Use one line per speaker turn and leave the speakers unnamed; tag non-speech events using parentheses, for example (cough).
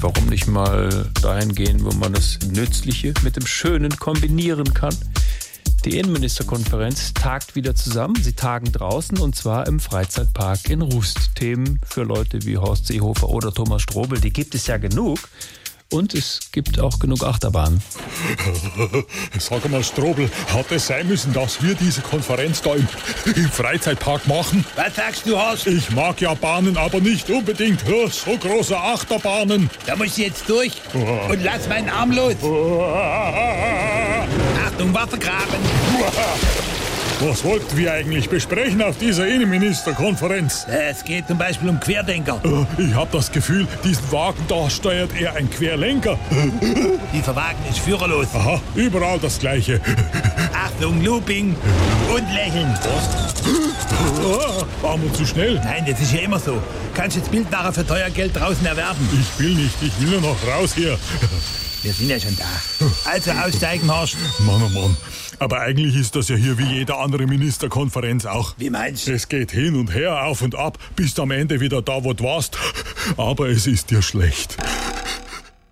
Warum nicht mal dahin gehen, wo man das Nützliche mit dem Schönen kombinieren kann? Die Innenministerkonferenz tagt wieder zusammen. Sie tagen draußen und zwar im Freizeitpark in Rust. Themen für Leute wie Horst Seehofer oder Thomas Strobel, die gibt es ja genug. Und es gibt auch genug Achterbahnen.
Sag mal, Strobel, hat es sein müssen, dass wir diese Konferenz da im, (laughs) im Freizeitpark machen?
Was sagst du, Horst?
Ich mag ja Bahnen, aber nicht unbedingt ja, so große Achterbahnen.
Da muss ich jetzt durch und lass meinen Arm los. Achtung, Waffe graben.
Was wollten wir eigentlich besprechen auf dieser Innenministerkonferenz? Äh,
Es geht zum Beispiel um Querdenker.
Ich habe das Gefühl, diesen Wagen da steuert er ein Querlenker. Äh,
Dieser Wagen ist führerlos.
Aha, überall das Gleiche.
Achtung, Looping und Lächeln.
Ah, War mir zu schnell.
Nein, das ist ja immer so. Kannst jetzt Bild nachher für teuer Geld draußen erwerben.
Ich will nicht, ich will nur noch raus hier.
Wir sind ja schon da. Also aussteigen, Horst.
Mann, oh Mann. Aber eigentlich ist das ja hier wie jede andere Ministerkonferenz auch.
Wie meinst du?
Es geht hin und her, auf und ab, bist am Ende wieder da, wo du warst. Aber es ist dir schlecht.